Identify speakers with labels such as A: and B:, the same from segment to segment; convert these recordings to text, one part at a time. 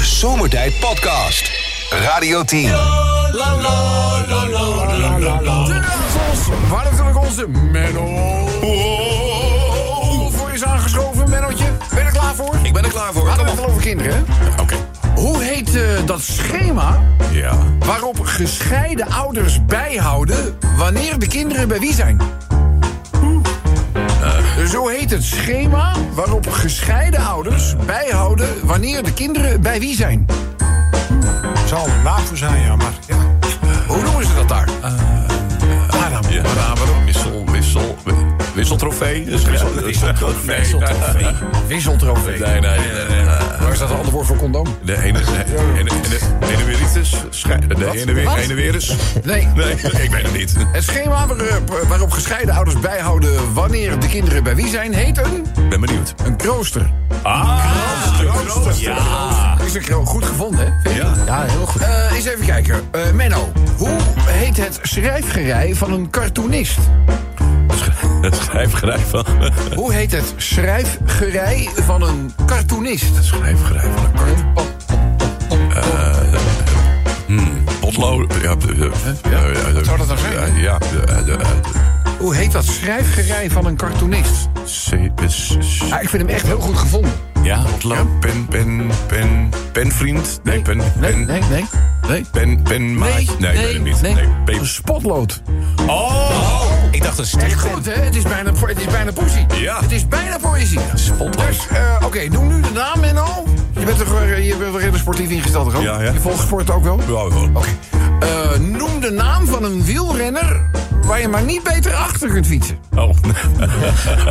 A: Zomertijd Podcast. Radio 10.
B: Ons, Hartelijk onze Menno. Voor is aangeschoven, Mennootje. Ben je er klaar voor?
C: Ik ben er klaar voor.
B: Hadden we het al over kinderen, hè?
C: Oké.
B: Hoe heet eh, dat schema
C: Ja.
B: waarop gescheiden ouders bijhouden wanneer de kinderen bij wie zijn? Dus Zo heet het schema waarop gescheiden ouders bijhouden wanneer de kinderen bij wie zijn.
D: zal een naam voor zijn, ja, maar ja. Eh,
B: Hoe noemen ze dat daar?
D: Adam.
C: Ja. Wissel, wissel, wi- wisseltrofee. Dus wissel, wisseltrofee. Nee,
B: Wisseltrofee.
C: nee, nee. nee, nee, nee.
B: Waar is dat een ander woord voor condoom?
C: De ene, de ene, de ene weer iets is. schei- De ene weer, ene weer is.
B: Nee,
C: Nee, ik weet het niet.
B: Het schema waarop, waarop gescheiden ouders bijhouden wanneer de kinderen bij wie zijn, heet een,
C: Ik ben benieuwd.
B: een krooster.
C: Ah, de rooster. Ja.
B: Is een kro- goed gevonden, hè? Vind je?
C: Ja.
B: heel goed. Eh, eens even kijken. Eh, Menno, hoe heet het schrijfgerei van een cartoonist?
C: Het schrijfgerij van...
B: Hoe heet het schrijfgerei van een cartoonist?
C: Schrijfgerij van een kort. hmm, Potlood. Ja, eh, de- de- ja, ja, de-
B: Zou dat dan zijn?
C: Ja, Ja, de- eh, de- eh, de-
B: Hoe heet dat schrijfgerei van een cartoonist?
C: C- is- is-
B: Ah, ik vind hem echt heel goed gevonden.
C: Ja, potlood. Pen, pen, pen, penvriend. Nee, pen,
B: Nee,
C: pen,
B: nee, nee. Nee,
C: pen, penmaatje. Nee, ik weet het niet.
B: nee.
C: Nee, pen-
B: Een spotlood.
C: Oh!
D: Ik dacht dat
B: Echt
D: Stijn
B: goed, hè? Het is bijna, po- het is bijna poëzie.
C: Ja.
B: Het is bijna poëzie.
C: Spotlood.
B: Dus, eh, oké, doe nu de naam, Menno. Je bent toch weer- je bent wel redelijk sportief ingesteld, toch?
C: Ja, ja.
B: Je volgt sport ook wel?
C: Ja, wel.
B: Oké. Eh, noem de naam van een wielrenner waar je maar niet beter achter kunt fietsen.
C: Oh.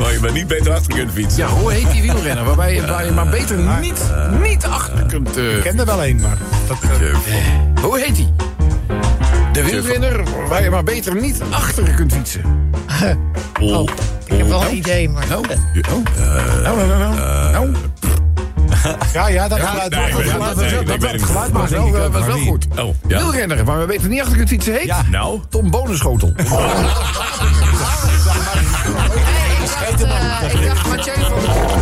C: maar je bent niet beter achter kunt fietsen.
B: Ja, hoe heet die wielrenner waarbij je, waar je maar beter
C: Eh,
B: niet, niet achter kunt... eh,
D: kende er wel één, maar dat, eh,
B: hoe heet die? De wielrenner waar je maar beter niet achter kunt fietsen.
C: Oh.
E: Ik heb wel een idee, maar...
B: Nou,
C: Oh. Eh,
B: nou, nou, nou, nou. nou.
D: ja, ja, dat
B: Ja,
D: geluid.
C: nee, ik
D: dat
C: weet het
D: geluid-
C: niet. Nee, ik
D: dat- dat
C: weet het niet.
D: geluid
B: Maar
D: maakt
B: wel,
D: wel,
B: eh, was
D: maar
B: wel
D: niet.
B: goed.
C: Oh, ja.
B: Wielrenner, waar we beter niet achter kunt fietsen, heet...
D: Ja.
C: Nou.
B: Tom Bonenschotel. Ik dacht Mathieu van... Wow.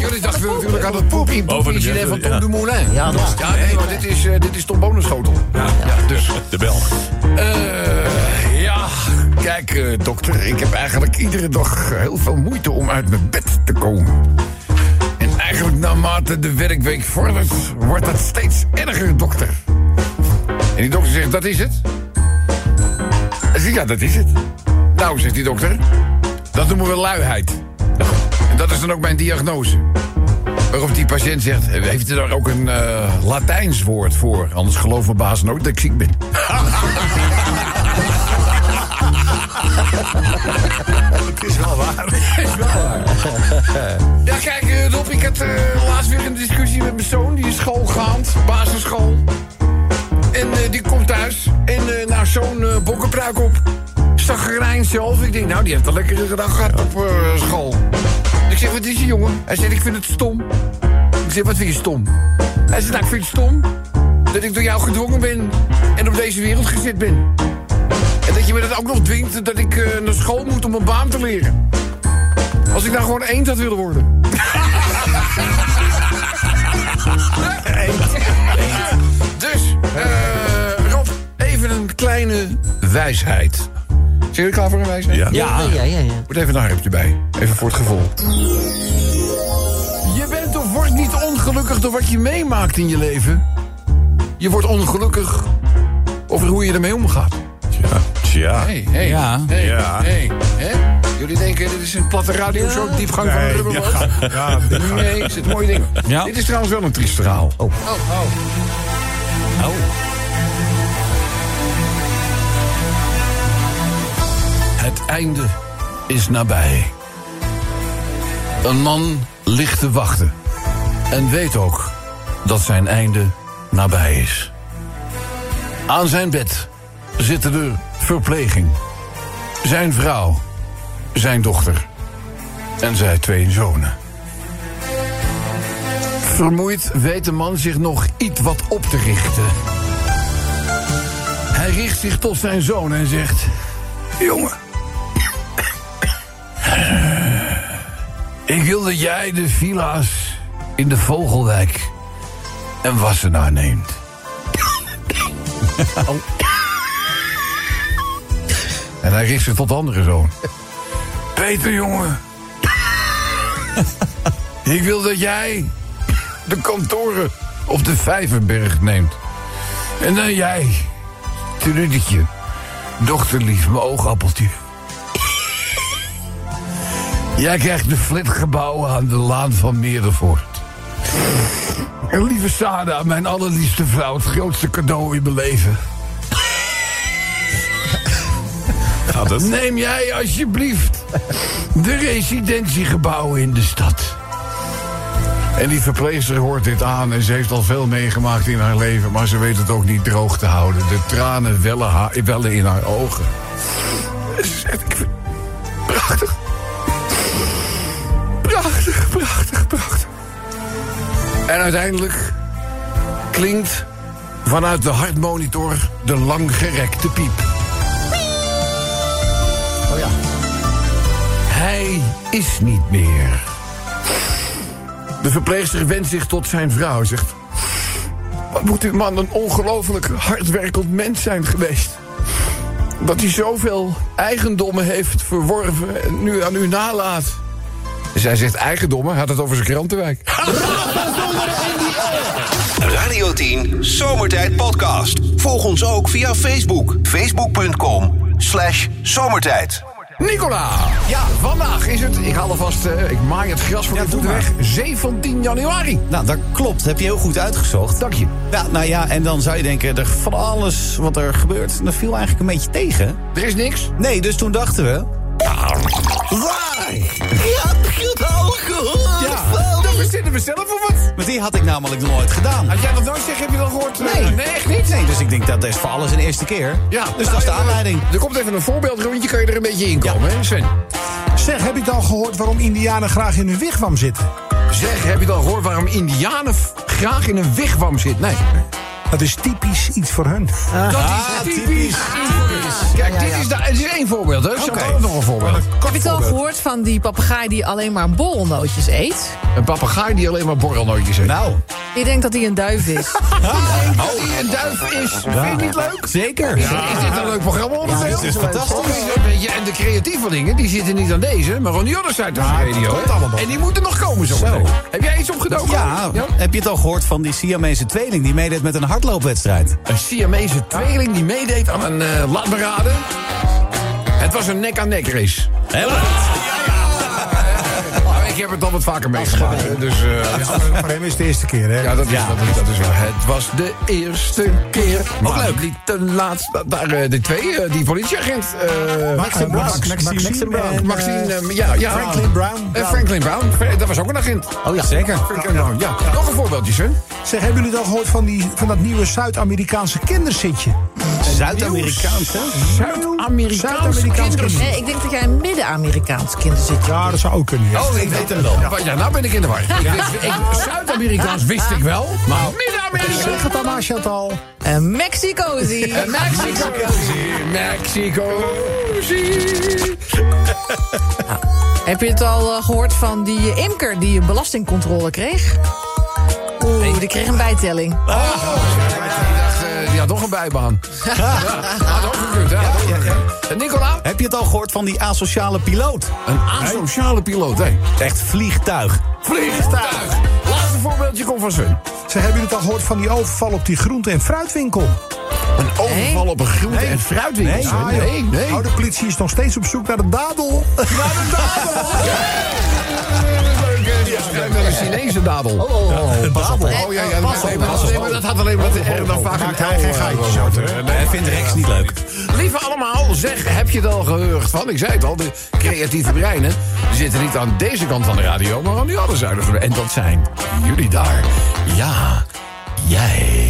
B: Jullie dachten natuurlijk aan het poepie
C: Over de
B: incident van Tom
C: mensen, ja.
B: Dumoulin.
E: Ja, dat was-
B: ja nee, maar dit is, eh, dit is Tom Bonenschotel. Ja, dus...
C: De bel.
B: eh, ja, kijk eh, dokter, ik heb eigenlijk iedere dag heel veel moeite om uit mijn bed te komen. En eigenlijk naarmate de werkweek vordert, wordt dat steeds erger, dokter. En die dokter zegt, dat is het? Hij zegt, ja, dat is het. Nou, zegt die dokter, dat noemen we luiheid. En dat is dan ook mijn diagnose. Waarop die patiënt zegt, heeft u daar ook een eh, Latijns woord voor? Anders gelooft mijn baas nooit dat ik ziek ben.
D: Het is wel waar.
B: Ja, kijk, eh, Rob, ik had eh, laatst weer een discussie met mijn zoon. Die is schoolgaand, basisschool. En eh, die komt thuis. En eh, nou, zo'n eh, bokkenpruik op. Staggerijn zelf. Ik denk, nou, die heeft een lekkere dag gehad op eh, school. Ik zeg, wat is die jongen? Hij zegt, ik vind het stom. Ik zeg, wat vind je stom? Hij zegt, nou, ik vind het stom dat ik door jou gedwongen ben en op deze wereld gezet ben. En dat je me dat ook nog dwingt dat ik eh, naar school moet om een baan te leren. Als ik nou gewoon eend had willen worden. Dus, eh Rob, even een kleine wijsheid. Zijn jullie klaar voor een wijsheid?
C: Ja.
E: Ja, ja, ja. ja.
B: Moet even een harpje bij. Even voor het gevoel. Je bent of wordt niet ongelukkig door wat je meemaakt in je leven. Je wordt ongelukkig over hoe je ermee omgaat.
C: Ja. Tja.
B: Hé, hé,
F: Ja.
B: hé,
C: Ja.
B: hé, hè? Jullie denken, dit is een platte radio, zo diepgang van
D: Nee,
B: de rubberboot.
D: Ja, dit gaat-
B: Nee, het zit mooie dingen.
F: Ja.
B: Dit is trouwens wel een triest verhaal. Oh, Het einde is nabij. Een man ligt te wachten. En weet ook dat zijn einde nabij is. Aan zijn bed zitten de verpleging. Zijn vrouw. Zijn dochter. En zij twee zonen. Vermoeid weet de man zich nog iets wat op te richten. Hij richt zich tot zijn zoon en zegt... Jongen. Ik wil dat jij de villa's in de Vogelwijk een wassenaar neemt. En hij richt zich tot de andere zoon. Peter, jongen. Ik wil dat jij de kantoren op de Vijverberg neemt. En dan jij, Trudetje, dochterlief, mijn oogappeltje. Jij krijgt de flitgebouwen aan de Laan van Merenvoort. En lieve Sada, mijn allerliefste vrouw, het grootste cadeau in mijn leven.
C: Gaat het?
B: Neem jij alsjeblieft de residentiegebouwen in de stad. En die verpleegster hoort dit aan en ze heeft al veel meegemaakt in haar leven... maar ze weet het ook niet droog te houden. De tranen wellen, ha- wellen in haar ogen. En ze zegt, ik vind- prachtig. Prachtig, prachtig, prachtig. En uiteindelijk klinkt vanuit de hartmonitor de langgerekte piep.
E: Oh ja.
B: Hij is niet meer. De verpleegster wendt zich tot zijn vrouw, zegt... Wat moet uw man een ongelooflijk hardwerkend mens zijn geweest. Dat hij zoveel eigendommen heeft verworven en nu aan u nalaat. Zij zegt eigendommen, had het over zijn krantenwijk.
A: Radio 10 Zomertijd Podcast. Volg ons ook via Facebook. Facebook.com slash zomertijd.
B: Nicola! Ja, vandaag is het, ik haal alvast, eh, ik maai het gras voor
F: Ja,
B: de
F: doe
B: voeten weg.
F: maar.
B: 17 januari.
F: Nou, dat klopt. Heb je heel goed uitgezocht.
B: Dank je.
F: Ja, nou ja, en dan zou je denken, er, van alles wat er gebeurt, dat viel eigenlijk een beetje tegen.
B: Er is niks.
F: Nee, dus toen dachten we... Waar? Je hebt het al gehoord Oh,
B: Ja, dan verzinnen we zelf of wat.
F: Maar die had ik namelijk nog nooit gedaan.
B: Als jij dat nooit zegt, heb je dan gehoord?
F: echt niet. Nee, dus ik denk dat is voor alles een eerste keer.
B: Ja.
F: Dus dat is de aanleiding.
B: Er komt even een voorbeeldrondje, kan je er een beetje in komen, hè Sven?
D: Zeg, heb je het al gehoord waarom indianen graag in hun wigwam zitten?
B: Zeg, heb je dan gehoord waarom indianen f- graag in een wigwam zitten? Nee.
D: Dat is typisch iets voor hun.
B: Dat
F: Ah, typisch.
B: Kijk, dit is, da- dit is één voorbeeld, hè? Chantal heeft nog een voorbeeld.
E: Heb je het al gehoord van die papegaai die alleen maar borrelnootjes eet?
B: Een papegaai die alleen maar borrelnootjes eet.
F: Nou,
E: Je denkt dat hij een duif is.
B: dat
F: oh.
B: hij een duif is. Vind je niet leuk?
F: zeker.
B: Is dit een leuk programma onderdeel?
F: dit is fantastisch.
B: Of is het een beetje- En de creatievelingen, die zitten niet aan deze, maar aan die andere side van de radio.
D: komt
B: hè?
D: allemaal nog.
B: En die moeten nog komen zo. meteen. Heb jij iets opgedoken?
F: Ja, heb je het al gehoord van die Siamese tweeling die meedeed met een hardloopwedstrijd?
B: Een Siamese tweeling die meedeed aan een eh laat me raden. Het was een nek-aan-nek race.
F: Helemaal.
B: Nou, ik heb het al wat vaker meegemaakt. hè, Dus eh,
D: Ja, maar voor hem is het de eerste keer, hè?
B: ja, dat is,
F: Ja.
B: Dat, is, dat is waar. Het was de eerste keer. Ook leuk. Niet de laatste. Daar, eh, de twee, eh, die politieagent. eh,
D: Max en Brown. Max- Maxime en, eh,
B: Maxine, eh, ja, ja.
D: Franklin Brown.
B: Eh, Franklin Brown. Fra- Dat was ook een agent.
F: Oh ja, zeker.
B: Franklin Brown, ja. Nog een voorbeeldje, Sun.
D: Zeg, hebben jullie het al gehoord van, die, van dat nieuwe Zuid-Amerikaanse kinderzitje?
F: Zuid-Amerikaans, hè?
B: Zuid-Amerikaans kinderzitje.
E: Nee, ik denk dat jij een Midden-Amerikaans kind zit.
D: Ja, dat zou ook kunnen. ja.
B: Oh, ik weet hem wel. Ja, nou ben ik in de war. Ik wist- ik- Zuid-Amerikaans wist ik wel, maar
D: Zeg
B: Midden-Amerikaans...
D: het dan maar, Chantal.
E: Een Mexico zie.
B: Mexico. Mexico.
E: Heb je het al eh, gehoord van die eh, imker die een belastingcontrole kreeg? Oeh, die kreeg een bijtelling.
B: eh, Die had toch een bijbaan. Had ook gekund, hè? Had ook gekund. En Nicola?
F: Heb je het al gehoord van die asociale piloot?
B: Een asociale piloot, hè?
F: Echt vliegtuig.
B: Vliegtuig. Laatste voorbeeldje komt van Sun.
D: Zeg, hebben jullie het al gehoord van die overval op die groente- en fruitwinkel?
B: Een overval op een groente- en fruitwinkel.
F: Nee.
B: Sun.
D: Ah, joh.
B: nee, nee.
D: Nou, de politie is nog steeds op zoek naar de dadel.
B: Ja, dat is een Chinese dadel.
F: oh,
B: Oh ja, ja, dat, nee, maar dat, nee, maar dat had alleen maar te erg dan vaak een eigen geitjes uit.
F: Hij vindt Rex niet leuk.
B: Lieve allemaal, zeg, heb je het al gehoord van? Ik zei het al, de creatieve breinen zitten niet aan deze kant van de radio, maar aan die andere zijde. van de- En dat zijn jullie daar. Ja, jij.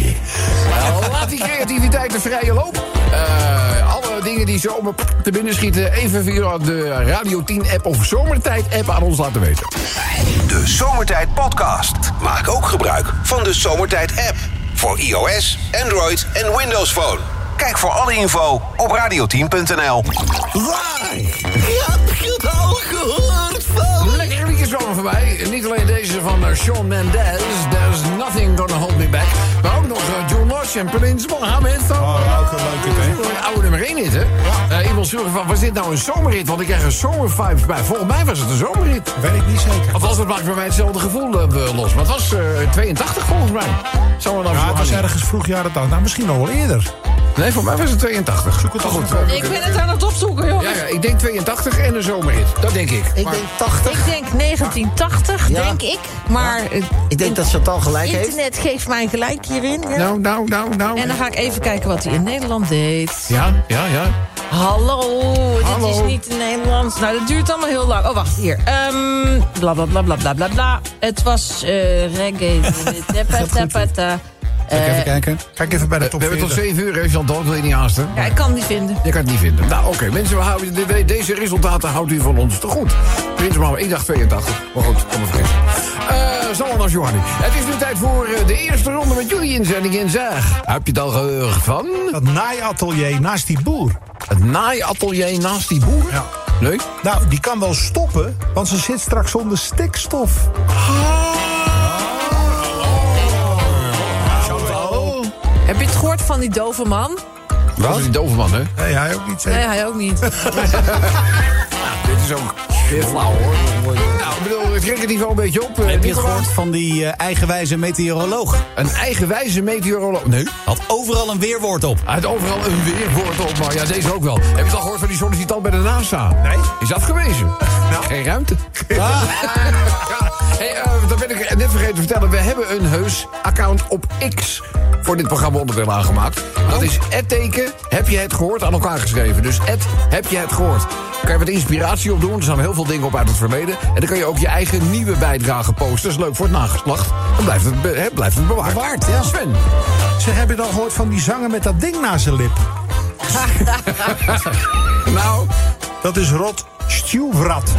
B: Nou, laat die creativiteit de vrije loop. Eh, alle dingen die zomaar te binnen schieten, even via de Radio 10-app of Zomertijd-app aan ons laten weten.
A: De Zomertijd Podcast. Maak ook gebruik van de Zomertijd app. Voor iOS, Android en Windows Phone. Kijk voor alle info op radio10.nl.
B: Lekker liedje zomaar voorbij. Niet alleen deze van eh, Shawn Mendes. There's nothing gonna hold me back. eh, en Prins Mohammed.
D: Oh, ook een leuke ding.
B: Oude nummer 1 hit, hè? Eh, iemand vroeg van, was dit nou een zomerrit? Want ik krijg een zomervibe bij. Volgens mij was het een zomerrit.
D: Weet ik niet zeker.
B: Althans, dat maakt bij mij hetzelfde gevoel eh, los. Maar het was eh, 82 volgens mij. Zou dan
D: Ja, het was ergens vroeg jaren dag. Nou, misschien nog wel eerder.
B: Nee, voor mij was het 82. Zoek het toch goed.
E: Ik ben het aan het opzoeken, jongens.
B: Ja, ja, ik denk 82 en een zomerrit. Dat denk ik.
F: Ik
B: Maar-
F: denk 80.
E: Ik denk 1980,
F: Ja.
E: denk ik. Maar eh,
F: Ik denk dat ze het al gelijk heeft.
E: internet geeft mij gelijk hierin. ja.
B: Nou, nou, nou, nou.
E: En dan ga ik even kijken wat hij in Nederland deed.
B: Ja, ja, ja.
E: Hallo,
B: Hallo.
E: dit is niet in Nederlands. Nou, dat duurt allemaal heel lang. Oh, wacht, hier. Ehm bla, bla, bla, bla, bla, bla, bla. Het was eh reggae. Tepa, tepa, ta.
D: Even kijken. Kijk even bij de top
B: Eh, We hebben tot
D: 40.
B: 7 uur, heeft Jan Dood, wil je niet haasten?
E: Ja, ik kan die vinden.
B: Je kan het niet vinden. Nou, oké, mensen, we houden, de- de- deze resultaten houdt u van ons te goed. Prins Mohammed, ik dacht 82. Maar goed, kom maar vergeten. Eh, Salman als Johanni. Het is nu tijd voor eh, de eerste ronde met jullie inzending in Zeg. Heb je het al gehoord van
D: Dat naaiatelier naast die boer.
B: het naaiatelier naast die boer?
D: Ja.
B: Leuk.
D: Nou, die kan wel stoppen, want ze zit straks zonder stikstof.
E: Heb je het gehoord van die dove man?
B: Dat is die dove man, hè?
D: Nee, hij ook niet
E: Nee,
D: zeker.
E: hij ook niet.
B: Dit is ook weer flauw, hoor. Nou, ik bedoel, het rek het niveau een beetje op. eh,
G: Heb je het
B: Nicola.
G: gehoord van die eh, eigenwijze meteoroloog?
B: Een eigenwijze meteoroloog. Nee.
G: Had overal een weerwoord op.
B: Hij had overal een weerwoord op, maar ja, deze ook wel. Heb je het al gehoord van die sollicitant bij de NASA?
D: Nee.
B: Is afgewezen.
G: Nou.
B: Geen ruimte. Ja. Hey, eh, dat ben ik net vergeten te vertellen. We hebben een heus account op X voor dit programma onderdeel aangemaakt.
G: Oh.
B: Dat is het teken, heb je het gehoord, aan elkaar geschreven. Dus het, heb je het gehoord. Daar kan je wat inspiratie op doen. Er staan heel veel dingen op uit het verleden. En dan kan je ook je eigen nieuwe bijdrage posten. Dat is leuk voor het nageslacht. Dan blijft het, be- hè, blijft het bewaard.
G: Bewaard, ja.
B: Sven.
D: Ze hebben dan gehoord van die zanger met dat ding naast zijn lip.
B: Nou,
D: Dat is Rod Stewvrat.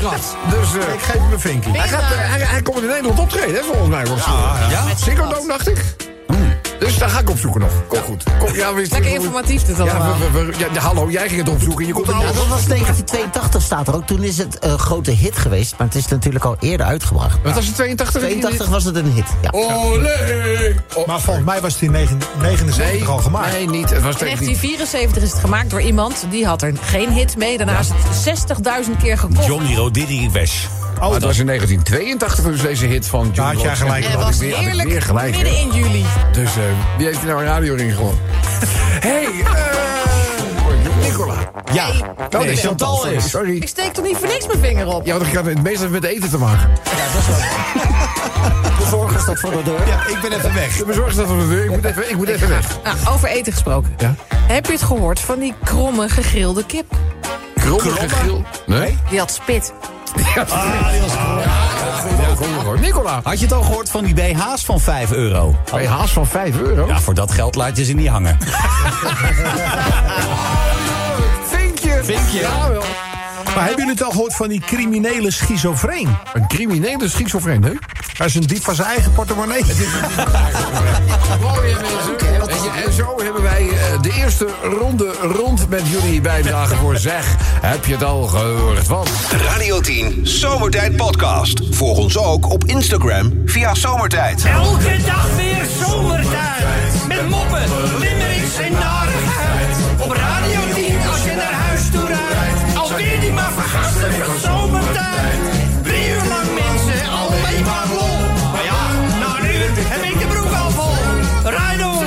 B: Rat. Dus eh,
D: Ik geef hem een vinkje.
B: hij, gaat, eh, hij, hij komt in Nederland optreden, hè, volgens mij. Volgens ja, ja. Ziggo Dome, dacht ik.
D: Oh.
B: Dus daar ga ik opzoeken nog. Kom goed. Kom, ja, we
E: Lekker informatief dit
B: Ja,
E: allemaal.
B: we- we- we- ja, ja, hallo, jij ging het opzoeken. Je komt er
F: Ja, dat
B: al.
F: was 1982 staat er ook. Toen is het een grote hit geweest, maar het is natuurlijk al eerder uitgebracht.
B: Wat was het, Oh, 82?
F: 82 was het een hit. Ja.
B: Olé! Oh,
D: Maar volgens mij was die in 79 al gemaakt.
B: nee, niet. Het was 19...
E: In 1974 is het gemaakt door iemand die had er geen hit mee. Daarna is het 60.000 keer gekocht.
G: Johnny Rodriguez.
B: Maar het was in 1982 dus deze hit van John
D: had jij
B: Lodge.
D: gelijk.
B: En
E: en
B: had
E: het
B: ik
E: was
B: weer- had ik weer
E: heerlijk
B: gelijk. hè.
E: midden in juli.
B: Dus eh, wie heeft er nou een radio ring gewonnen? Hé, eh, Nicola.
G: Ja,
B: Oh,
G: nee,
B: nee,
G: Chantal
B: sorry,
G: is.
B: Sorry.
E: Ik steek toch niet voor niks mijn vinger op.
B: Ja, want ik had het meestal met eten te maken.
F: De zorg staat voor de deur.
G: Ja, ik ben even weg.
B: De bezorgd staat op de deur. Ik moet even, ik moet even weg.
E: Nou, over eten gesproken.
B: Ja?
E: Heb je het gehoord van die kromme gegrilde kip?
B: Kromme geel. Nee?
E: Die had spit.
B: Ja, Ah, kom maar Nou, hoor. Nicola.
G: Had je het al gehoord van die BH's van 5 euro?
B: Bij haas van 5 euro.
G: Ja, voor dat geld laat je ze niet hangen.
B: Vinkje.
G: Vinkje.
B: Jawel.
D: Maar hebben jullie het al gehoord van die criminele schizofreen?
B: Een criminele schizofreen, hè?
D: Hij is een dief van zijn eigen portemonnee.
B: Mooi, hè, mensen. Weet je, En zo hebben wij eh, de eerste ronde rond met jullie bijdragen voor Zeg. Heb je het al gehoord van?
A: De Radio 10 Zomertijd Podcast. Volg ons ook op Instagram via Zomertijd.
H: Elke dag weer zomertijd. Met moppen, limmerings en narigheid. Op Radio 10 als je naar huis toe rijdt. Alweer die maar vergasterige zomertijd. Drie uur lang mensen, alleen maar lol. Maar ja, na een uur heb ik de broek al vol. Rijdon,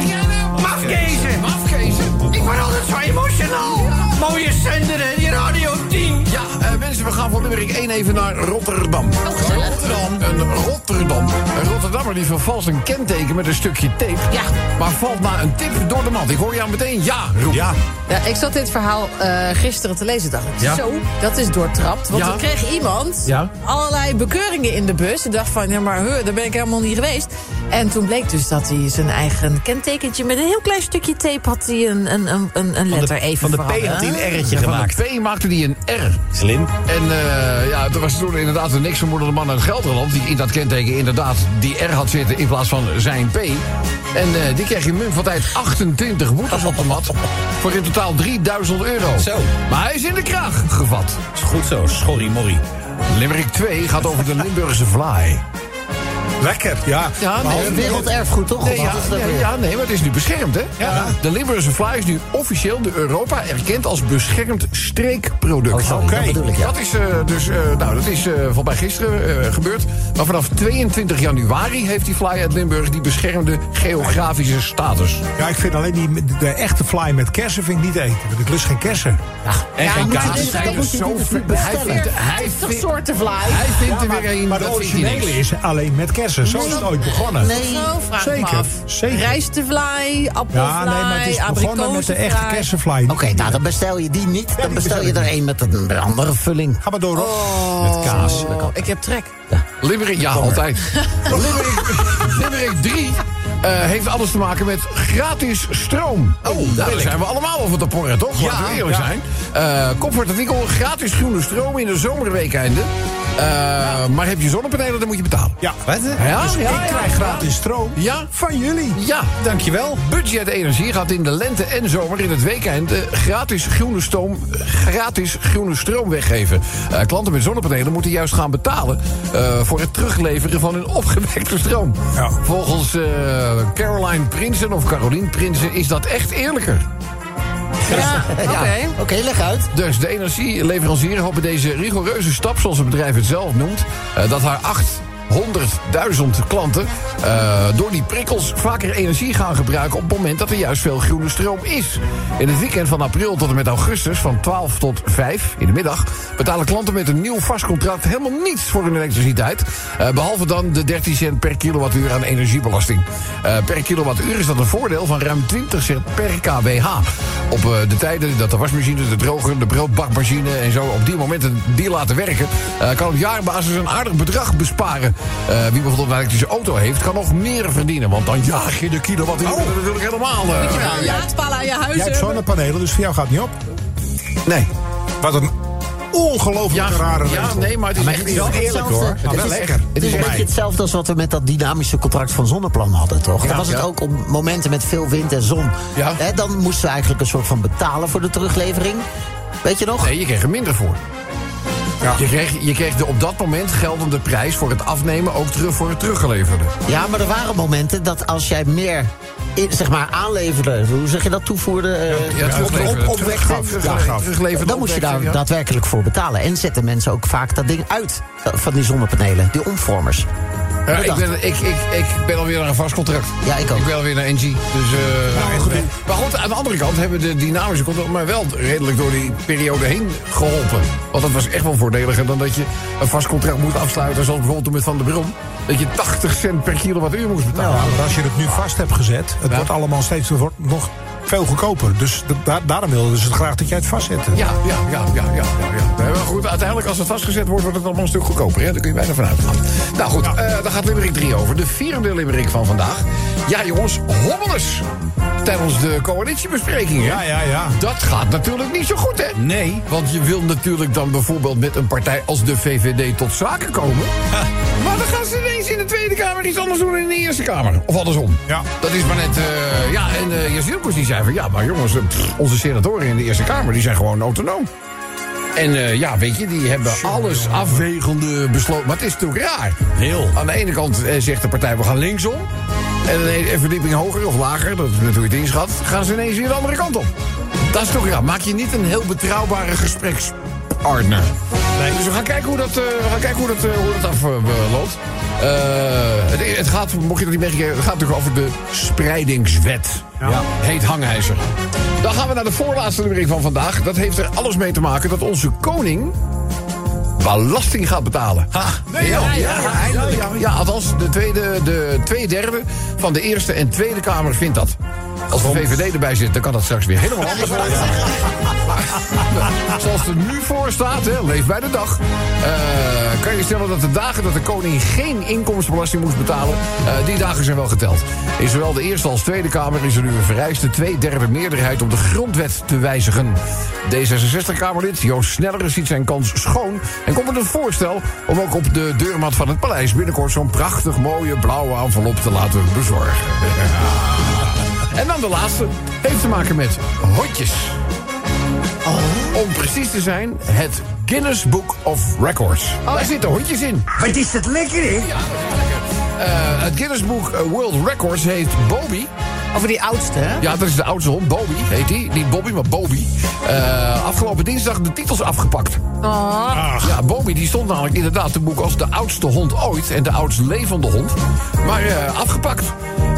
H: mafkezen. Mafkezen? Ik word altijd zo emotional. Mooie zender hè, die Radio 10.
B: Ja, eh, mensen, we gaan van Limburg 1 even naar Rotterdam. Rotterdam. Een Rotterdam. Een Rotterdammer die vervalst een kenteken met een stukje tape.
E: Ja.
B: Maar valt na een tip door de mand. Ik hoor jou meteen ja roepen.
D: Ja,
E: Ja, ik zat dit verhaal eh, gisteren te lezen. dacht ik,
B: Ja.
E: zo, dat is doortrapt. Want
B: Ja.
E: er kreeg iemand
B: Ja.
E: allerlei bekeuringen in de bus. En dacht van, ja maar huh, daar ben ik helemaal niet geweest. En toen bleek dus dat hij zijn eigen kentekentje... met een heel klein stukje tape had hij een, een, een, een een letter even
G: Van de P
E: veranderd.
G: had hij een R'tje
B: Van
G: gemaakt.
B: de P maakte hij een R.
G: Slim.
B: En eh, ja, er was toen inderdaad een niks vermoedende man uit Gelderland... die in dat kenteken inderdaad die R had zitten in plaats van zijn P. En eh, die kreeg in munt van tijd 28 boetes op de mat... voor in totaal 3000 euro.
G: Zo.
B: Maar hij is in de kraag gevat.
G: Is Goed zo, schorrie morrie.
B: Limerick 2 gaat over de Limburgse vlaai.
D: Lekker, ja.
B: Ja,
D: Maar
B: nee,
D: als-
F: Werelderfgoed, toch?
B: Nee,
F: Of
B: ja,
F: wat is dat
B: ja,
F: weer?
B: ja, nee, maar het is nu beschermd, hè? De Limburgse Fly is nu officieel door Europa erkend als beschermd streekproduct.
F: Oh, zo, dat bedoel ik, ja.
B: Dat is eh, dus, eh, nou, dat is eh voorbij gisteren eh, gebeurd. Maar vanaf 22 januari heeft die Fly uit Limburg die beschermde geografische status.
D: Ja, ik vind alleen die, de echte fly met kersen vind ik niet eten. Want ik lust geen kersen.
G: En geen
F: moet je
G: kaas.
F: dus-
B: zijn
F: dat
B: er
F: moet je
B: zo
F: dus
B: ver-
F: niet bestellen.
B: hij vindt- hij
E: Toch
B: vindt-
E: soorten vlaai.
B: Hij vindt er
D: maar,
B: weer een.
D: maar de
B: dat vindt hij niks.
D: originele is alleen met kersen. Zo is het ooit begonnen.
F: Nee.
E: Zo vraag ik me
D: Zeker,
E: af.
D: zeker.
E: Rijstevlaai, appelvlaai,
D: Ja, nee, maar het is begonnen met de echte
E: abrikozenvlaai.
D: kersenfly.
F: Oké, nou dan bestel je die niet. Dan bestel
D: die bestel
F: je
D: ik
F: er een met een andere vulling.
D: Ga maar door, Rob.
G: Met kaas.
E: Oh, ik heb trek.
B: Limerick, ja, altijd. Limerick, Limerick 3 eh, heeft alles te maken met gratis stroom. Oh, daar zijn we allemaal over te porren, toch? Laten we eerlijk zijn. Eh kop voor het artikel, gratis groene stroom in de zomerweekende. Eh, Maar heb je zonnepanelen, dan moet je betalen.
D: Ja, wat?
B: Ja,
D: Dus
B: ja,
D: ik
B: ja,
D: krijg
B: ja.
D: gratis stroom
B: Ja,
D: van jullie.
B: ja.
D: Dankjewel.
B: Budget Energie gaat in de lente en zomer in het weekend eh, gratis, groene stoom, gratis groene stroom weggeven. Eh, klanten met zonnepanelen moeten juist gaan betalen eh, voor het terugleveren van hun opgewekte stroom.
D: Ja.
B: Volgens eh, Caroline Prinsen of Caroline Prinsen is dat echt eerlijker.
E: Ja, oké.
F: Oké, leg uit.
B: Dus de energieleverancier hoopt met deze rigoureuze stap, zoals het bedrijf het zelf noemt, eh, dat haar 800.000 klanten eh, door die prikkels vaker energie gaan gebruiken op het moment dat er juist veel groene stroom is. In het weekend van april tot en met augustus van 12 tot 5 in de middag betalen klanten met een nieuw vast contract helemaal niets voor hun elektriciteit. eh, behalve dan de 13 cent per kilowattuur aan energiebelasting. Eh, per kilowattuur is dat een voordeel van ruim 20 cent per kWh. Op eh, de tijden dat de wasmachine, de droger, de broodbakmachine en zo op die momenten die laten werken, eh, kan op jaarbasis een aardig bedrag besparen. Eh, wie bijvoorbeeld een elektrische auto heeft, kan nog meer verdienen. Want dan jaag je de kilowattuur. Oh, dat wil ik helemaal. eh,
E: Ja, laadpalen aan je huis
D: Jij hebt
E: hebben.
D: zonnepanelen, dus voor jou gaat het niet op.
B: nee.
D: Wat een
B: Ja,
D: ongelooflijk rare
B: ja,
D: regel.
B: nee, maar het is echt
F: het is
B: heel
F: wel
B: eerlijk
F: hetzelfde.
B: hoor.
F: Het
B: Maar wel
F: is-
B: lekker.
F: Het is een beetje hetzelfde als wat we met dat dynamische contract van Zonneplan hadden, toch? Dan was het
B: ja.
F: ook op momenten met veel wind en zon.
B: Ja.
F: Hè, dan moesten we eigenlijk een soort van betalen voor de teruglevering. Weet je nog?
B: Nee, je kreeg er minder voor. Je, kreeg, je kreeg de op dat moment geldende prijs voor het afnemen ook terug voor het teruggeleverde.
F: Ja, maar er waren momenten dat als jij meer in- zeg maar, aanleverde, hoe zeg je dat, toevoerde... eh,
B: Ja,
D: op- op-
B: Teruggaf.
D: opwekte.
B: Ja,
D: Teruggaf.
B: terugleverde,
F: dan moest je daar
B: opwekte, ja.
F: daadwerkelijk voor betalen. En zetten mensen ook vaak dat ding uit eh, van die zonnepanelen, die omvormers.
B: Ja, Eh, ik, ben, ik, ik, ik ben alweer naar een vast contract.
F: Ja, ik ook.
B: Ik ben alweer naar NG. Dus, eh, maar goed, aan de andere kant hebben de dynamische contracten maar wel redelijk door die periode heen geholpen. Want dat was echt wel voordeliger dan dat je een vast contract moet afsluiten. Zoals bijvoorbeeld toen met Van der Brom. Dat je 80 cent per kilowattuur moest betalen.
D: Ja, maar Nou, als je het nu vast hebt gezet, het wordt allemaal steeds het wordt nog veel goedkoper. Dus da- da- daarom wilden ze het graag dat jij het vastzet.
B: Ja, ja, ja, ja, ja, ja. ja. Nee, maar goed, uiteindelijk als het vastgezet wordt, wordt het allemaal een stuk goedkoper. Hè? Daar kun je bijna van uitgaan. Nou goed, eh, daar gaat Limerick 3 over. De vierde Limerick van vandaag. Ja jongens, hommeles. Tijdens de coalitiebesprekingen.
D: Ja, ja, ja.
B: Dat gaat natuurlijk niet zo goed, hè?
G: Nee.
B: Want je wil natuurlijk dan bijvoorbeeld met een partij als de VVD tot zaken komen. maar dan gaan ze ineens in de Tweede Kamer iets anders doen dan in de Eerste Kamer. Of andersom.
D: Ja.
B: Dat is maar net... eh, ja, en uh, Jasilkos die zei van... Ja, maar jongens, eh, pff, onze senatoren in de Eerste Kamer... die zijn gewoon autonoom. En eh, ja, weet je, die hebben alles afwegende besloten. Maar het is natuurlijk raar.
G: Heel.
I: Ah,
B: Aan de ene kant eh, zegt de partij, we gaan linksom. En een, een verdieping hoger of lager, dat is natuurlijk het inschat... gaan ze ineens weer de andere kant op. Dat is toch raar. Maak je niet een heel betrouwbare gesprekspartner. Dus we gaan kijken hoe dat, eh, we gaan kijken hoe dat, eh, hoe dat afloopt. Eh het, het gaat, mocht je dat niet meegekregen, het gaat natuurlijk over de spreidingswet. Ja. Heet hangijzer. Dan gaan we naar de voorlaatste nummering van vandaag. Dat heeft er alles mee te maken dat onze koning belasting gaat betalen. Ha, nee, oh, ja, ja, ja, ja, ja, althans, de, tweede, de twee derde van de Eerste en Tweede Kamer vindt dat. Als de VVD erbij zit, dan kan dat straks weer helemaal anders worden. Zoals het er nu voor staat, hè, leef bij de dag. eh, kan je stellen dat de dagen dat de koning geen inkomstenbelasting moest betalen, eh, die dagen zijn wel geteld. In zowel de Eerste als Tweede Kamer is er nu een vereiste tweederde meerderheid om de grondwet te wijzigen. D66-Kamerlid Joost Sneller ziet zijn kans schoon en komt met een voorstel om ook op de deurmat van het paleis binnenkort zo'n prachtig mooie blauwe envelop te laten bezorgen. En dan de laatste heeft te maken met hotjes. Om precies te zijn, het Guinness Book of Records. Daar zitten hondjes in.
H: Wat Oh. is dat lekker, hè?
B: Ja, dat is lekker. Eh, het Guinnessboek World Records heeft Bobby...
E: Over die oudste, hè?
B: Ja, dat is de oudste hond, Bobby heet hij. Niet Bobby, maar Bobby. Eh, afgelopen dinsdag de titels afgepakt.
H: Ah.
B: Ja, Bobby die stond namelijk inderdaad te boek als de oudste hond ooit... en de oudst levende hond, maar eh, afgepakt.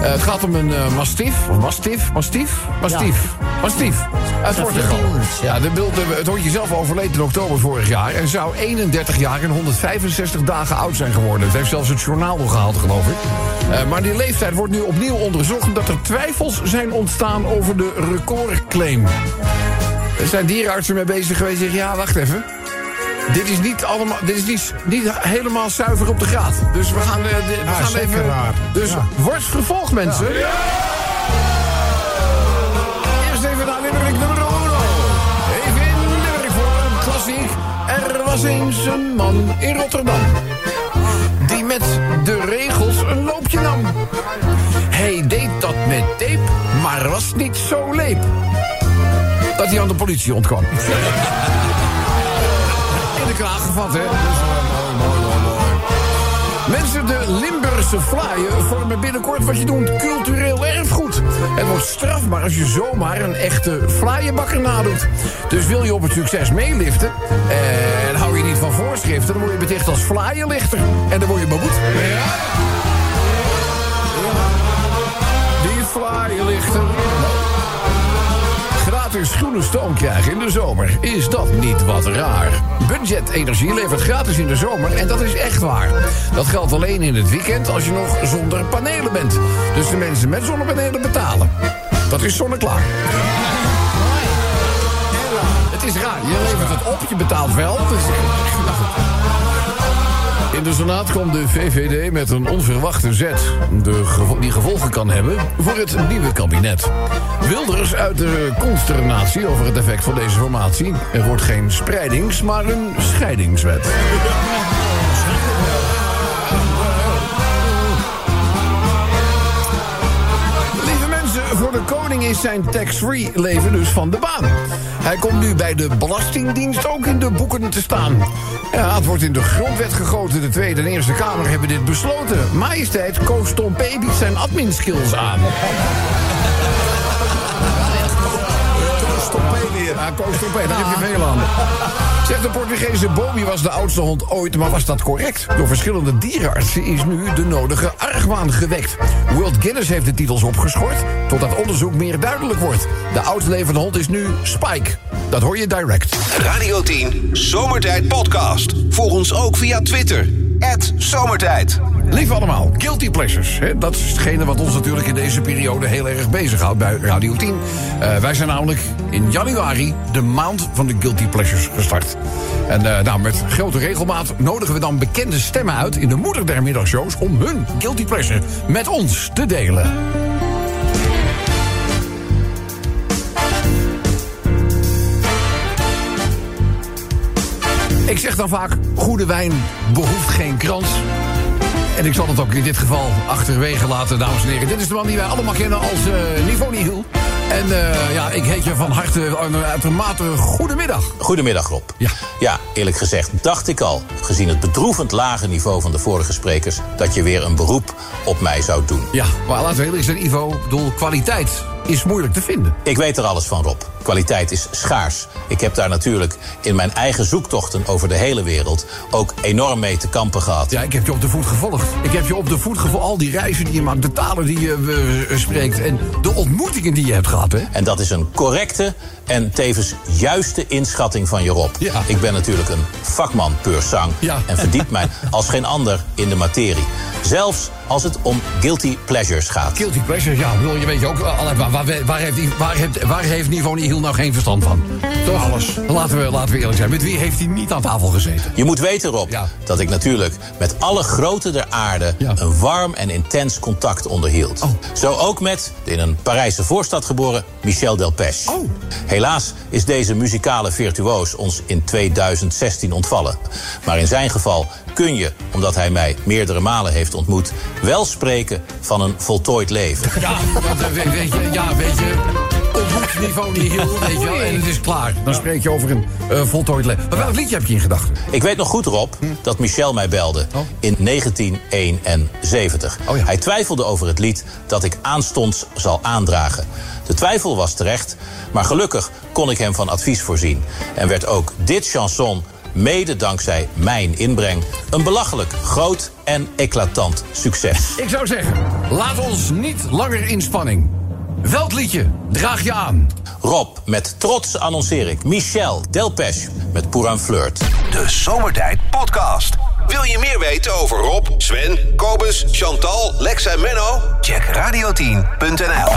B: Eh, het gaat om een eh, mastiff, of mastiff, mastiff, mastiff, mastiff. Uit Portugal. Ja, de, beeld- de- het hondje zelf overleed in oktober vorig jaar... en zou 31 jaar en 165 dagen oud zijn geworden. Het heeft zelfs het journaal nog gehaald, geloof ik. Eh, maar die leeftijd wordt nu opnieuw onderzocht... omdat er twijfels zijn ontstaan over de recordclaim. Er zijn dierenartsen mee bezig geweest die zeggen... ja, wacht even, dit is niet, allemaal, dit is niet, niet helemaal zuiver op de graad. Dus we gaan, eh, de- we gaan
D: zeker
B: even...
D: waar.
B: Dus
D: Ja.
B: wordt gevolgd, mensen. Eerst even naar Limerick nummer uno. Even in Limerick voor een klassiek. Er was eens een man in Rotterdam. Die met de regels een loopje nam. Hij deed dat met tape, maar was niet zo leep. Dat hij aan de politie ontkwam. In de kraag gevat, hè? Dus, eh, mooi, mooi, mooi, mooi. Mensen, de Limburgse vlaaien vormen binnenkort wat je noemt cultureel erfgoed. Het wordt strafbaar als je zomaar een echte vlaaienbakker nadoet. Dus wil je op het succes meeliften en hou je niet van voorschriften... dan word je beticht als vlaaienlichter en dan word je beboet. Ja. Die vlaaienlichter... Gratis groene stoom krijgen in de zomer. Is dat niet wat raar? Budget Energie levert gratis in de zomer en dat is echt waar. Dat geldt alleen in het weekend als je nog zonder panelen bent. Dus de mensen met zonnepanelen betalen. Dat is zonneklaar. Het is raar. Je levert het op, je betaalt wel. Het is- In de Senaat kwam de VVD met een onverwachte zet... De gevo- die gevolgen kan hebben voor het nieuwe kabinet. Wilders uit de consternatie over het effect van deze formatie. Er wordt geen spreidings, maar een scheidingswet. Lieve mensen, voor de koning is zijn tax-free leven dus van de baan. Hij komt nu bij de Belastingdienst ook in de boeken te staan. Ja, het wordt in de grondwet gegoten. De Tweede en Eerste Kamer hebben dit besloten. Majesteit, Koos Tom P. biedt zijn admin-skills aan. Ja, Koos Tom P. daar heb je veel aan. Zegt de Portugese Bobby was de oudste hond ooit, maar was dat correct? Door verschillende dierenartsen is nu de nodige argwaan gewekt. World Guinness heeft de titels opgeschort, totdat onderzoek meer duidelijk wordt. De oudst levende hond is nu Spike. Dat hoor je direct.
A: Radio 10 Zomertijd Podcast. Volg ons ook via Twitter. Zomertijd.
B: Lief allemaal, guilty pleasures. Hè? Dat is hetgene wat ons natuurlijk in deze periode heel erg bezighoudt bij Radio 10. Eh, wij zijn namelijk in januari de maand van de guilty pleasures gestart. En eh, nou, met grote regelmaat nodigen we dan bekende stemmen uit... in de moeder der middagshows om hun guilty pleasure met ons te delen. Ik zeg dan vaak, goede wijn behoeft geen krans. En ik zal het ook in dit geval achterwege laten, dames en heren. Dit is de man die wij allemaal kennen als eh Nivoni Hill. En eh, ja, ik heet je van harte eh, een uitermate goedemiddag.
I: Goedemiddag Rob.
B: Ja.
I: eerlijk gezegd dacht ik al, gezien het bedroevend lage niveau van de vorige sprekers, dat je weer een beroep op mij zou doen.
B: Ja, maar laten we eerlijk zijn, Ivo. Ik bedoel, kwaliteit is moeilijk te vinden.
I: Ik weet er alles van, Rob. Kwaliteit is schaars. Ik heb daar natuurlijk in mijn eigen zoektochten over de hele wereld ook enorm mee te kampen gehad.
B: Ja, ik heb je op de voet gevolgd. Ik heb je op de voet gevolgd. Al die reizen die je maakt, de talen die je eh, spreekt... en de ontmoetingen die je hebt gehad, hè?
I: En dat is een correcte en tevens juiste inschatting van je Rob.
B: Ja.
I: Ik ben natuurlijk een vakman pur sang
B: Ja.
I: en verdiep mij als geen ander in de materie. Zelfs als het om guilty pleasures gaat.
B: Guilty pleasure, ja. ik bedoel, Je weet ook, eh, alle- waar, waar, waar heeft, waar, heeft, waar heeft Nivoni Hill nou geen verstand van? Toch? Alles. Laten we, laten we eerlijk zijn. Met wie heeft hij niet aan tafel gezeten?
I: Je moet weten, Rob,
B: Ja.
I: dat ik natuurlijk met alle groten der aarde
B: Ja.
I: een warm en intens contact onderhield.
B: Oh.
I: Zo ook met de in een Parijse voorstad geboren Michel Delpech.
B: Oh.
I: Helaas is deze muzikale virtuoos ons in 2016 ontvallen. Maar in zijn geval kun je, omdat hij mij meerdere malen heeft ontmoet, wel spreken van een voltooid leven.
B: Ja, dat, eh, weet, weet je, ja, weet je. op boeksniveau niet heel, weet je wel. En het is klaar. Dan spreek je over een eh, voltooid leven. Maar welk liedje heb je in gedachten?
I: Ik weet nog goed, Rob, dat Michel mij belde
B: Hm. Oh.
I: in 1971.
B: Oh ja.
I: Hij twijfelde over het lied dat ik aanstonds zal aandragen. De twijfel was terecht, maar gelukkig kon ik hem van advies voorzien. En werd ook dit chanson, mede dankzij mijn inbreng... een belachelijk groot en eclatant succes.
B: Ik zou zeggen, laat ons niet langer in spanning. Welk liedje draag je aan?
I: Rob, met trots annonceer ik Michel Delpech met Pour un flirt.
A: De Zomertijd Podcast. Wil je meer weten over Rob, Sven, Kobus, Chantal, Lex en Menno? Check radio10.nl.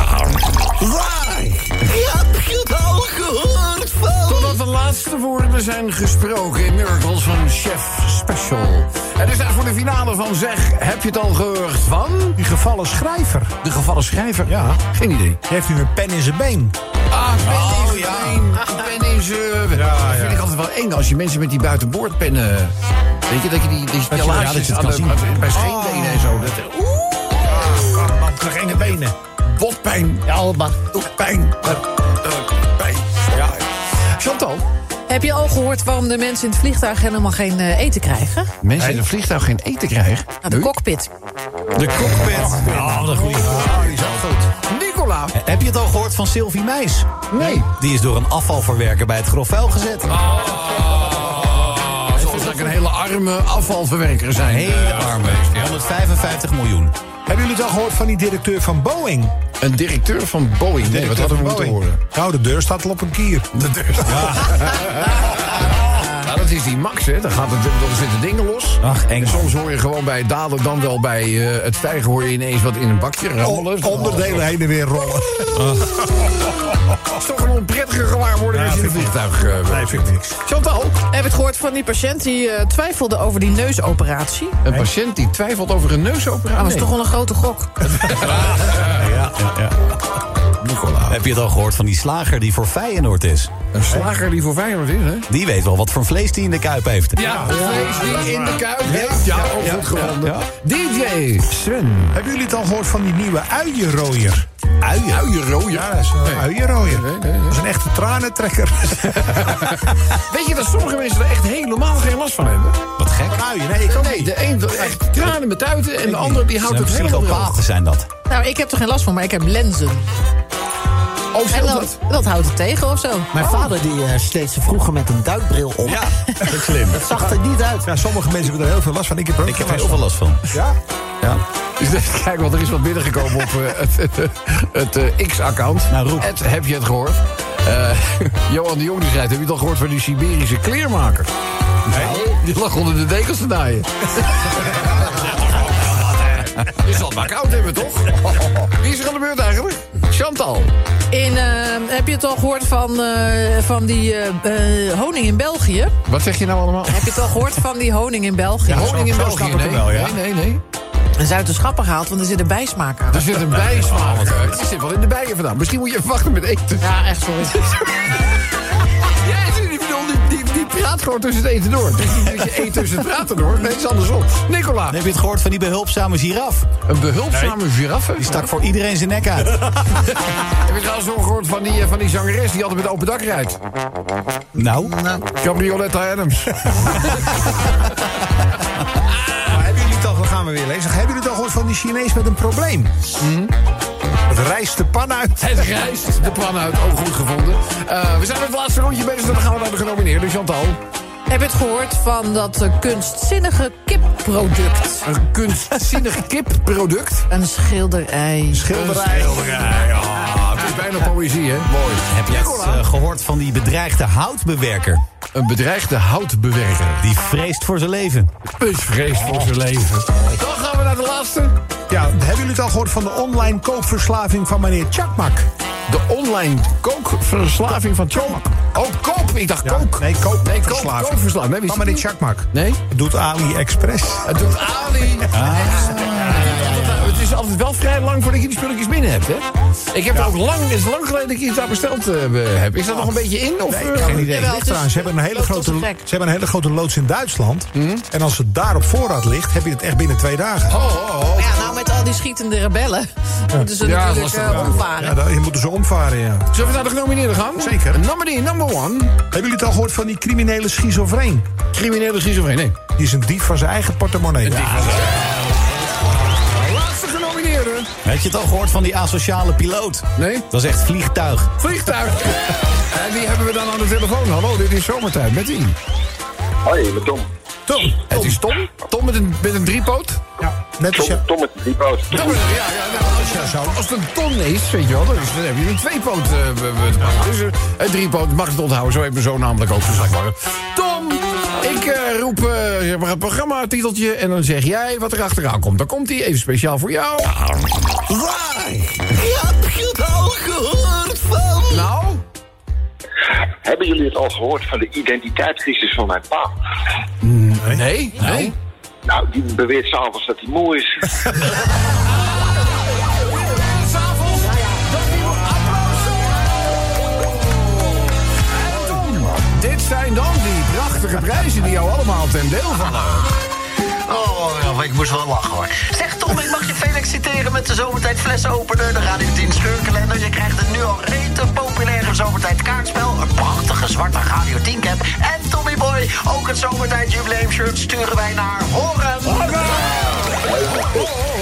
F: Waar? Heb je het al gehoord van?
B: Totdat de laatste woorden zijn gesproken in Miracles van Chef Special. Het is tijd voor de finale van Zeg, heb je het al gehoord van?
D: Die gevallen schrijver.
B: De gevallen schrijver?
D: Ja.
B: Geen idee.
D: Die heeft nu een pen in zijn been.
B: Ah, ik ben oh, ja. Ik ben in zeven. dat vind ik altijd wel eng als je mensen met die buitenboordpennen... eh, Weet je, dat je die, die
D: je-
B: stellages
D: ja, dat je het
B: aan
D: kan
B: de-
D: zien.
B: aan de- bij scheenbenen en zo. Dat,
D: Man, krijg enge benen.
B: botpijn. Ja, allemaal. Pijn. Eh, eh, Pijn. Ja. Chantal,
E: Heb je al gehoord waarom de mensen in het vliegtuig helemaal geen eh, eten krijgen?
B: mensen in een vliegtuig geen eten krijgen.
E: Nou, de cockpit.
B: De cockpit.
G: Oh, dat goeie.
B: Nicola.
G: Heb je het al gehoord van Sylvie Meis?
B: Nee.
G: Eh, Die is door een afvalverwerker bij het grof vuil gezet.
B: Ah, Het zal waarschijnlijk een hele arme afvalverwerker zijn.
G: Hele arme. 155 miljoen.
D: Hebben jullie het al gehoord van die directeur van Boeing?
B: Een directeur van Boeing. Nee, wat
D: Directeur
B: hadden we
D: van
B: moeten
D: Boeing.
B: horen?
D: Nou, de deur staat al op een kier.
B: De deur. Nou, dat is die Max, hè. Dan, gaat het, dan zitten dingen los.
G: Ach, eng.
B: En soms hoor je gewoon bij het dalen, dan wel bij eh, het stijgen... hoor je ineens wat in een bakje rammelen.
D: Onderdelen heen en weer rollen.
B: Het is toch een onprettige gewaarwording als je in een vliegtuig eh, werkt.
D: Nee, vind ik niks.
B: Chantal,
E: Heb je het gehoord van die patiënt die eh, twijfelde over die neusoperatie?
B: een patiënt die twijfelt over een neusoperatie.
E: Dat is toch wel een grote gok.
B: Nicola.
G: Heb je het al gehoord van die slager die voor Feyenoord is?
B: Een slager die voor Feyenoord is, hè?
G: Die weet wel wat voor vlees die in de kuip heeft.
B: Ja, vlees die in de kuip heeft. Ja, ook goed gevonden. DJ Sven.
D: Hebben jullie het al gehoord van die nieuwe uienrooier?
B: Uien. Uienrooier.
D: Ja, dat is een uienrooier.
B: Nee, nee, nee.
D: Dat is een echte tranentrekker.
B: Weet je dat sommige mensen er echt helemaal geen last van hebben?
G: Wat gek.
D: Van uien, nee, ik ook
B: Nee,
D: niet.
B: de een doet echt tranen met tuiten en de ander die houdt
G: Zijn
B: het helemaal droog.
G: Psychopaten zijn dat.
E: Nou, ik heb er geen last van, maar ik heb lenzen.
B: Of
E: En
B: zelfs
E: dat, dat houdt het tegen of zo.
F: Mijn vader die eh, steeds vroeger met een duikbril op.
G: Ja, dat is slim.
F: Dat zag er niet uit.
D: Ja, sommige mensen hebben er heel veel last van. Ik heb er ook
G: Ik heb er
D: veel
G: heel veel last van.
D: last van. Ja?
G: Ja.
B: dat. Kijk, want er is wat binnengekomen op eh, het, het, het, eh, X-account.
G: Nou, roep.
B: Het, heb je het gehoord? Eh, Johan de Jong die schrijft, heb je het al gehoord van die Siberische kleermaker? Nee. Die lag onder de dekens te naaien. Je zal het maar koud hebben, toch? Wie is er aan de beurt eigenlijk? Chantal.
E: In, eh, heb je het al gehoord van, eh, van die eh, eh, honing in België?
B: Wat zeg je nou allemaal?
E: Heb je het al gehoord van die honing in België?
B: Honing in
D: zo
B: België?
D: snap ik hem
B: nee.
D: wel, ja.
B: nee, nee, nee.
E: Dat is uit de schappen gehaald, want er zit een bijsmaak aan.
B: Er zit een bijsmaak. Het zit wel in de bijen vandaan. Misschien moet je even wachten met eten.
E: Ja, echt, sorry.
B: Ja, ik bedoel, die, die, die praat gewoon tussen het eten door. Het is niet dat je eet tussen het praten door. Nee, het is andersom. Nicola,
G: En heb je het gehoord van die behulpzame giraf?
B: een behulpzame giraffe.
G: Die stak voor iedereen zijn nek uit.
B: Heb je trouwens nog gehoord van die, eh, van die zangeres die altijd met open dak rijdt?
G: Nou,
B: Gabrioletta Adams.
D: Maar Nou, hebben jullie het al, dan gaan we weer lezen. Hebben jullie het al gehoord van die Chinees met een probleem?
B: Mm.
D: Het rijst de pan uit.
B: Het rijst de pan uit. Ook goed gevonden. Eh, we zijn met het laatste rondje bezig. Dan gaan we naar de genomineerde Chantal.
E: Heb je het gehoord van dat eh, kunstzinnige kipproduct?
B: Een kunstzinnig kipproduct.
E: Een schilderij.
G: dus, eh,
B: Schilderij. Ah, het is bijna poëzie, hè? Mooi.
G: heb je het eh, gehoord van die bedreigde houtbewerker?
B: Een bedreigde houtbewerker.
G: Die vreest voor zijn leven.
B: Een vrees voor zijn leven. Dan gaan we naar de laatste.
D: Ja, hebben jullie het al gehoord van de online koopverslaving van meneer Chakmak?
B: De online kookverslaving van Chom. Oh, koop. Ik dacht
D: Ja,
B: kook.
D: nee, koop-
B: Nee, koop-
D: verslaving.
B: koopverslaving. Nee, wie is
D: Van meneer
B: die?
D: Chakmak.
B: Nee?
D: Doet AliExpress. Ah.
B: Het doet Ali. Het is altijd wel vrij lang voordat je die spulletjes binnen hebt, hè? Ik heb ook lang, het is lang geleden dat ik iets daar besteld eh, heb. Is dat nog een beetje in? Of, eh,
D: Geen idee.
E: Jawel,
D: Ligt eraan.
E: dus
D: Ze hebben, een hele
E: loopt tot
D: grote,
E: de
D: ze
E: plek.
D: hebben een hele grote loods in Duitsland. En als het daar op voorraad ligt, heb je het echt binnen twee dagen.
B: Oh, oh, oh.
E: Ja, nou met al die schietende rebellen. Moeten ze
B: Ja,
E: natuurlijk
B: lastig,
E: eh,
B: ja.
E: omvaren.
D: Ja, daar- je moet er zo omvaren, ja.
B: Zullen we naar de genomineerden gaan?
D: Zeker.
B: Nominee number one.
D: Hebben jullie het al gehoord van die criminele schizofreen?
B: Criminele schizofreen. Nee.
D: Die is een dief van zijn eigen portemonnee.
B: Laatste genomineerde.
G: Had je het al gehoord van die asociale piloot?
B: Nee.
G: Dat is echt vliegtuig.
B: Vliegtuig. en die hebben we dan aan de telefoon. Hallo, dit is zomertijd. Met wie?
J: Hoi, met Tom.
B: Tom. Het is Tom. Tom met een, met een driepoot.
D: Ja, net als
J: Tom,
D: je-
J: Tom met de diepoot.
B: Tom, ja, ja, nou, als, je, zou- als het een ton is, weet je wel, dan, is, dan heb je een tweepoot. eh, we- we- te pakken. dus, eh, een driepoot, mag het onthouden. Zo heeft mijn zoon namelijk ook gezegd. worden. Tom, ik eh, roep eh, zeg maar het programma-titeltje en dan zeg jij wat er achteraan komt. Dan komt hij, even speciaal voor jou.
F: Waar? Heb je het al gehoord van?
B: Nou,
J: Hebben jullie het al gehoord van de identiteitscrisis van mijn pa?
B: nee, nee.
J: Nou, die beweert s'avonds dat hij moe is.
B: S'avonds, opnieuw applaus. En Tom, dit zijn dan die prachtige prijzen die jou allemaal ten deel vallen.
F: Oh, ik moest wel lachen hoor. Zeg Tom, ik mag je feliciteren met de zomertijd flesopener. De Radio 10 scheurkalender. Je krijgt een nu al rete populaire zomertijd kaartspel. Een prachtige zwarte Radio 10 cap. En Tommy Boy, ook het zomertijd jubileum shirt sturen wij naar Horen.
B: Oh,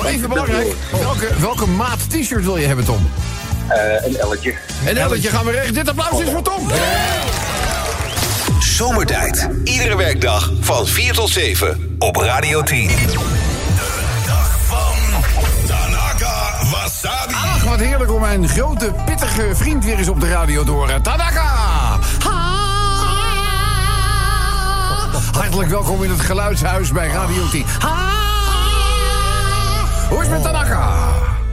B: Even belangrijk. Welke, welke maat t-shirt wil je hebben, Tom?
J: Eh, een Oh. elletje.
B: En Elletje, gaan we recht. Dit applaus is voor Tom.
A: Zomertijd. Iedere werkdag van 4 tot 7 op Radio 10.
F: Tanaka Wasabi.
B: Ach, wat heerlijk om mijn grote, pittige vriend weer eens op de radio te horen. Tanaka! Ha! Hartelijk welkom in het geluidshuis bij Radio 10. Ha! Hoe is
J: Oh.
B: het met Tanaka?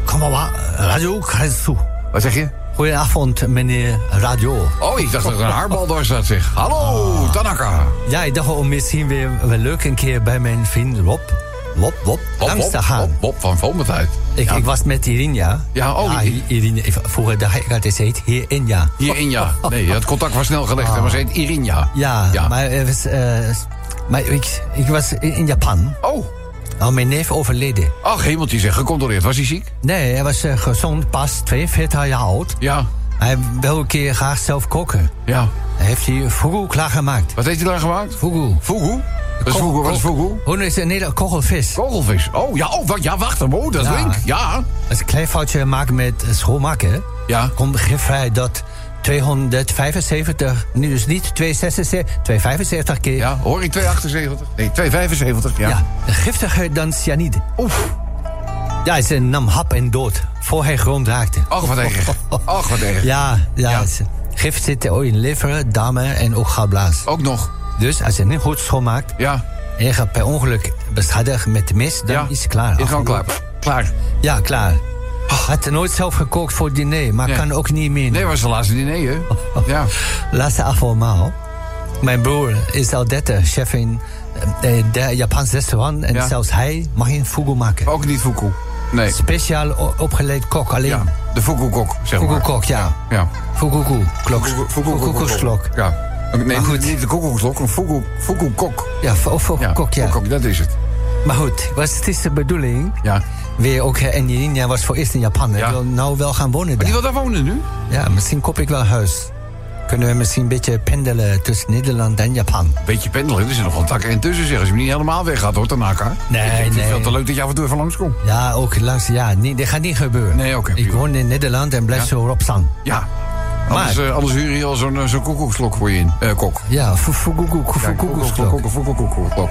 F: Kom maar, Radio Kaisu.
B: Wat zeg je?
F: Goedenavond, meneer Radio.
B: Oh, ik dacht dat het een haarbal was dat zeg.
F: Ah.
B: Hallo, Tanaka.
F: Ja, ik dacht om misschien weer wel leuk een keer bij mijn vriend Rob. Rob, Rob, langs te gaan.
B: Bob, Bob van Volmetijd.
F: Ik, ik was met Irinja.
B: Ja, oh, I-
F: Irinja. ik- Vroeger dacht ik altijd, ze heet Irinja.
B: Hier Inja. Nee, het contact was snel gelegd. hè, Maar ze heet Irinja.
F: Ja, maar, er was, eh, maar ik, ik was in, in Japan.
B: Oh,
F: Nou, mijn neef overleden.
B: ach hemeltje zeg, gecontroleerd. Was hij ziek?
F: Nee, hij was eh, gezond, pas 42 jaar oud.
B: Ja,
F: Hij wil een keer graag zelf koken.
B: ja.
F: Hij heeft hij fugu klaargemaakt.
B: Wat heeft hij daar gemaakt?
F: Fugu.
B: Fugu? Wat is fugu? Wat is fugu?
F: Hoe is een hele kogelvis?
B: Kogelvis. Oh, ja, oh, wa- ja wacht hem. Oh, dat is
F: Ja.
B: link. Ja.
F: Als ik een klein foutje maak met eh, schoonmaken,
B: Ja.
F: dan begrijp hij dat 275, nee, dus niet 276, 275 keer.
B: Ja, hoor ik 278? Nee, 275, ja.
F: Ja, giftiger dan cyanide.
B: Oef.
F: Ja, ze nam hap en dood voor hij grond raakte.
B: Ach, wat erg. Ach, wat erg.
F: Ja, ja.
B: Ja.
F: ze- Gif zit ook in liver, darmen en ook galblaas.
B: Ook nog.
F: Dus als je het niet goed schoonmaakt
B: Ja.
F: en je gaat per ongeluk beschadigen met de mis, dan
B: ja.
F: is het klaar.
B: Is gewoon klaar.
F: Afgelopen.
B: Klaar.
F: Ja, klaar. Had nooit zelf gekookt voor het diner, maar
B: Nee.
F: kan ook niet meer.
B: Nee, was de laatste diner, hè? Ja.
F: Laatste avondmaal. Mijn broer is al 30, chef in eh, de Japans restaurant. En
B: Ja. Oh.
F: zelfs hij mag een fugu maken.
B: Ook niet fugu. Nee.
F: Speciaal o- opgeleid kok, alleen.
B: Ja. De fugu-kok, zeg maar.
F: Fugu-kok, ja.
B: Ja.
F: Fugu-koe, klok. Fugu-koekoeksklok.
B: Ja. Nee,
F: Maar goed.
B: niet de koekoeksklok, een fugu- fugu-kok.
F: Ja, fu- of kok, ja.
B: fugu-kok, dat is het.
F: Maar goed, was, het is de bedoeling.
B: Ja.
F: Weer ook, eh, en Jirina was voor eerst in Japan. Hij
B: Ja.
F: wil nou wel gaan wonen
B: Die
F: daar.
B: wil daar wonen nu?
F: Ja, misschien koop ik wel huis. Kunnen we misschien een beetje pendelen tussen Nederland en Japan?
B: Beetje pendelen, er zit nog wel takken in tussen. Zeg, als je hem niet helemaal weggaat hoor, Tanaka.
F: Nee,
B: ik vind het
F: nee.
B: wel te leuk dat je af en toe even langskomt.
F: Ja, ook langs. Ja, nee, dat gaat niet gebeuren.
B: Nee, oké,
F: Ik
B: prima.
F: woon in Nederland en blijf
B: Ja?
F: zo op staan.
B: Ja. Anders, eh, anders huur je al zo'n eh, zo'n koekoekslok voor je in. Eh, kok.
F: Ja, fu- fu- koek- koek-
B: Ja,
F: fu- koek- koek-
B: koek- koek- koek- koek- koek.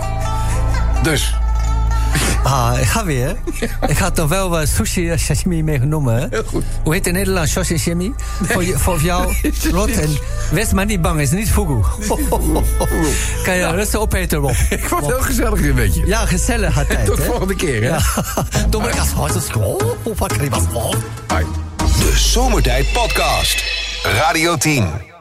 B: Dus,
F: Ah, ik ga weer. Ik had nog wel wat sushi en sashimi meegenomen.
B: Heel goed.
F: Hoe heet het in Nederland? Sushi sashimi? Voor, je- voor jou, rot en... Wees maar niet bang, het is niet fugu. kan je rustig opeten, Rob.
B: ik vond het heel gezellig dit beetje.
F: Ja, gezellig had tijd,
B: Tot de
F: hè?
B: volgende keer, hè?
F: Ja. Doe maar eens hard als school. Hoe pak Oh, je wat
B: Hoi.
A: De Zomertijd Podcast. Radio 10.